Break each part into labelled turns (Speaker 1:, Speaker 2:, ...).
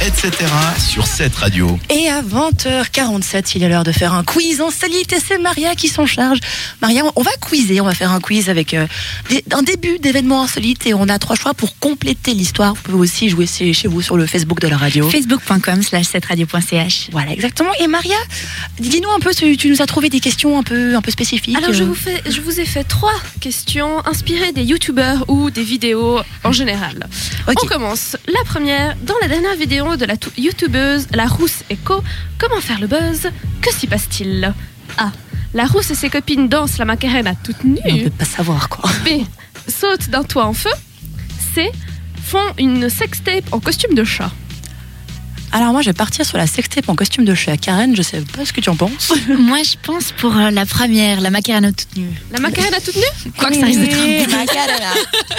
Speaker 1: etc. sur cette radio.
Speaker 2: Et à 20h47, il est l'heure de faire un quiz en solite et c'est Maria qui s'en charge. Maria, on va quizer, on va faire un quiz avec euh, des- un début d'événement insolite et on a trois choix pour compléter l'histoire. Vous pouvez aussi jouer chez chez vous sur le Facebook de la radio.
Speaker 3: Facebook.com slash 7radio.ch.
Speaker 2: Voilà, exactement. Et Maria, dis-nous un peu, tu, tu nous as trouvé des questions un peu, un peu spécifiques.
Speaker 4: Alors je
Speaker 2: euh,
Speaker 4: vous, fais, je vous ai fait trois questions inspirées des youtubeurs ou des vidéos en général.
Speaker 2: Ok.
Speaker 4: On commence. La première, dans la dernière vidéo de la tou- youtubeuse La Rousse et Co, comment faire le buzz Que s'y passe-t-il A. La Rousse et ses copines dansent la macarena toute
Speaker 2: On ne
Speaker 4: nue.
Speaker 2: peut pas savoir quoi.
Speaker 4: B. Sautent d'un toit en feu. C. Font une sextape en costume de chat.
Speaker 2: Alors moi, je vais partir sur la sextape en costume de chat. Karen, je sais pas ce que tu en penses.
Speaker 3: Moi, je pense pour euh, la première, la macarena toute nue.
Speaker 4: La macarena toute nue
Speaker 3: Je crois que ça risque d'être un peu-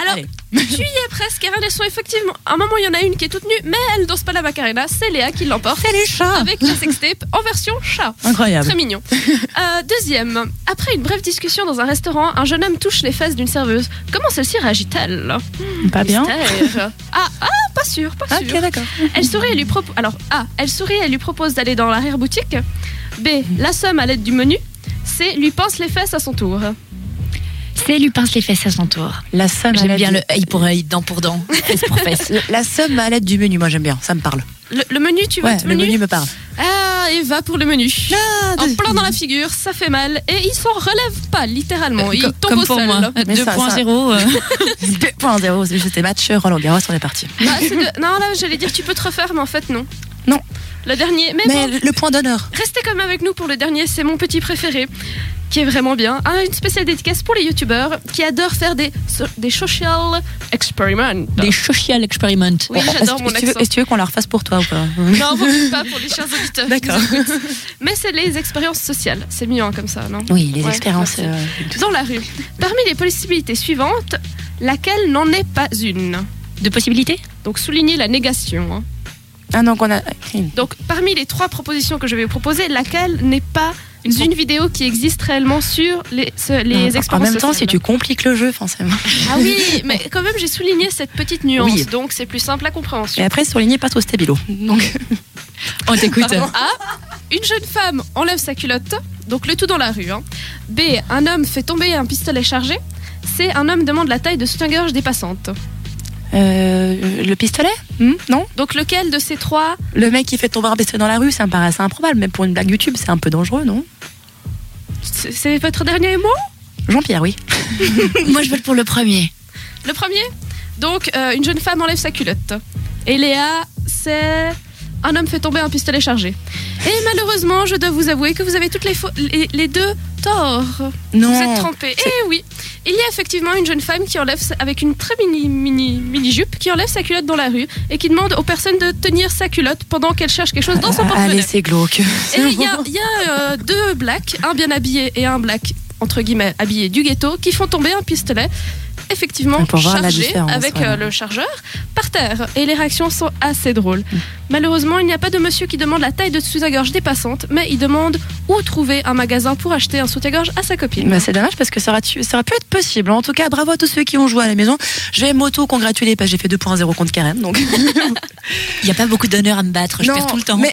Speaker 4: Alors,
Speaker 2: Allez.
Speaker 4: tu y es presque, car elles sont effectivement. À un moment, il y en a une qui est toute nue, mais elle danse pas la Macarena, c'est Léa qui l'emporte.
Speaker 2: C'est les chats
Speaker 4: Avec la sextape en version chat.
Speaker 2: Incroyable.
Speaker 4: Très mignon. Euh, deuxième, après une brève discussion dans un restaurant, un jeune homme touche les fesses d'une serveuse. Comment celle-ci réagit-elle
Speaker 2: Pas bien
Speaker 4: Mystère. Ah, ah, pas sûr, pas sûr.
Speaker 2: Ok, d'accord.
Speaker 4: Elle sourit et lui propose. Alors, A. Elle sourit et lui propose d'aller dans l'arrière-boutique. B. La somme à l'aide du menu. C. Lui pince les fesses à son tour.
Speaker 3: C'est lui pince les fesses à son tour.
Speaker 2: La somme à
Speaker 3: J'aime
Speaker 2: l'aide
Speaker 3: bien
Speaker 2: du-
Speaker 3: le œil pour œil, dent pour dent, fesse pour fesse.
Speaker 2: La somme à l'aide du menu, moi j'aime bien, ça me parle.
Speaker 4: Le, le menu, tu veux
Speaker 2: Ouais,
Speaker 4: te
Speaker 2: le menu Ah, me parle.
Speaker 4: Ah, et va pour le menu. en plein dans la figure, ça fait mal. Et il s'en relève pas,
Speaker 2: Euh,
Speaker 4: littéralement. Il
Speaker 3: Co-
Speaker 4: tombe au sol.
Speaker 2: Mais ça,
Speaker 3: 2.0. euh,
Speaker 2: 2.0, c'est juste des matchs Roland Garros, on est parti.
Speaker 4: Ah, c'est de- Non, là, j'allais dire tu peux te refaire, mais en fait, non.
Speaker 2: Non.
Speaker 4: Le dernier. Mais,
Speaker 2: Mais
Speaker 4: bon,
Speaker 2: le point d'honneur.
Speaker 4: restez quand même avec nous pour le dernier, c'est mon petit préféré. Qui est vraiment bien. Ah, une spéciale dédicace pour les youtubeurs qui adorent faire des, so- des social experiments.
Speaker 3: Des social experiments.
Speaker 4: Oui, j'adore
Speaker 2: Oh,
Speaker 4: mon
Speaker 2: Est-ce que tu veux-
Speaker 4: accent.
Speaker 2: Est-ce que tu veux qu'on la refasse pour toi ou pas
Speaker 4: Non, vous pas pour les chers auditeurs. qui
Speaker 2: D'accord.
Speaker 4: nous écoutent. Mais c'est les expériences sociales. C'est mieux hein, comme ça, non
Speaker 2: Oui, les
Speaker 4: Ouais,
Speaker 2: expériences.
Speaker 4: merci.
Speaker 2: euh,
Speaker 4: dans la rue. Parmi les possibilités suivantes, laquelle n'en est pas une
Speaker 3: De possibilités
Speaker 4: Donc soulignez la négation. hein.
Speaker 2: Ah non, qu'on a.
Speaker 4: Donc parmi les trois propositions que je vais vous proposer, laquelle n'est pas une, vidéo qui existe réellement sur les, ce- les
Speaker 2: Non,
Speaker 4: expériences
Speaker 2: en même temps, si
Speaker 4: sociales.
Speaker 2: tu compliques le jeu, forcément.
Speaker 4: Ah oui, mais quand même j'ai souligné cette petite nuance,
Speaker 2: Oui.
Speaker 4: donc c'est plus simple à compréhension.
Speaker 2: Et après, souligner pas trop stabilo. Donc,
Speaker 3: On
Speaker 2: Eh,
Speaker 3: t'écoute.
Speaker 4: Pardon. A. Une jeune femme enlève sa culotte, donc le tout dans la rue. hein. B. Un homme fait tomber un pistolet chargé. C. Un homme demande la taille de soutien-gorge dépassante.
Speaker 2: euh, le pistolet Hmm, Non
Speaker 4: Donc lequel de ces trois
Speaker 2: Le mec qui fait tomber un pistolet dans la rue, ça me paraît assez improbable. Même pour une blague YouTube, c'est un peu dangereux, non
Speaker 4: C'est c'est votre dernier mot
Speaker 2: Jean-Pierre, oui.
Speaker 3: Moi, je vote pour le premier.
Speaker 4: Le premier Donc, euh, une jeune femme enlève sa culotte. Et Léa, c'est. Un homme fait tomber un pistolet chargé. Et malheureusement, je dois vous avouer que vous avez toutes les, faux- les, les deux torts.
Speaker 2: Non.
Speaker 4: Vous êtes trompés. Eh oui Il y a effectivement une jeune femme qui enlève, sa- avec une très mini, mini, mini jupe, qui enlève sa culotte dans la rue et qui demande aux personnes de tenir sa culotte pendant qu'elle cherche quelque chose dans son porte-monnaie.
Speaker 2: Allez, c'est glauque.
Speaker 4: Et il y a, il y a, euh, deux blacks, un bien habillé et un black, entre guillemets, habillé du ghetto, qui font tomber un pistolet, effectivement
Speaker 2: Ouais, pour voir la
Speaker 4: chargé,
Speaker 2: différence,
Speaker 4: avec
Speaker 2: voilà.
Speaker 4: euh, le chargeur, par terre. Et les réactions sont assez drôles.
Speaker 2: Mm.
Speaker 4: Malheureusement, il n'y a pas de monsieur qui demande la taille de sous-gorge dépassante, mais il demande où trouver un magasin pour acheter un sous-gorge à sa copine.
Speaker 2: Bah, c'est dommage parce que ça aurait, tu- ça aurait pu être possible. En tout cas, bravo à tous ceux qui ont joué à la maison. Je vais m'auto-congratuler parce que j'ai fait 2.0 contre Karen. Donc.
Speaker 3: Il n'y a pas beaucoup d'honneur à me battre, je
Speaker 2: Non,
Speaker 3: perds tout le temps.
Speaker 2: Mais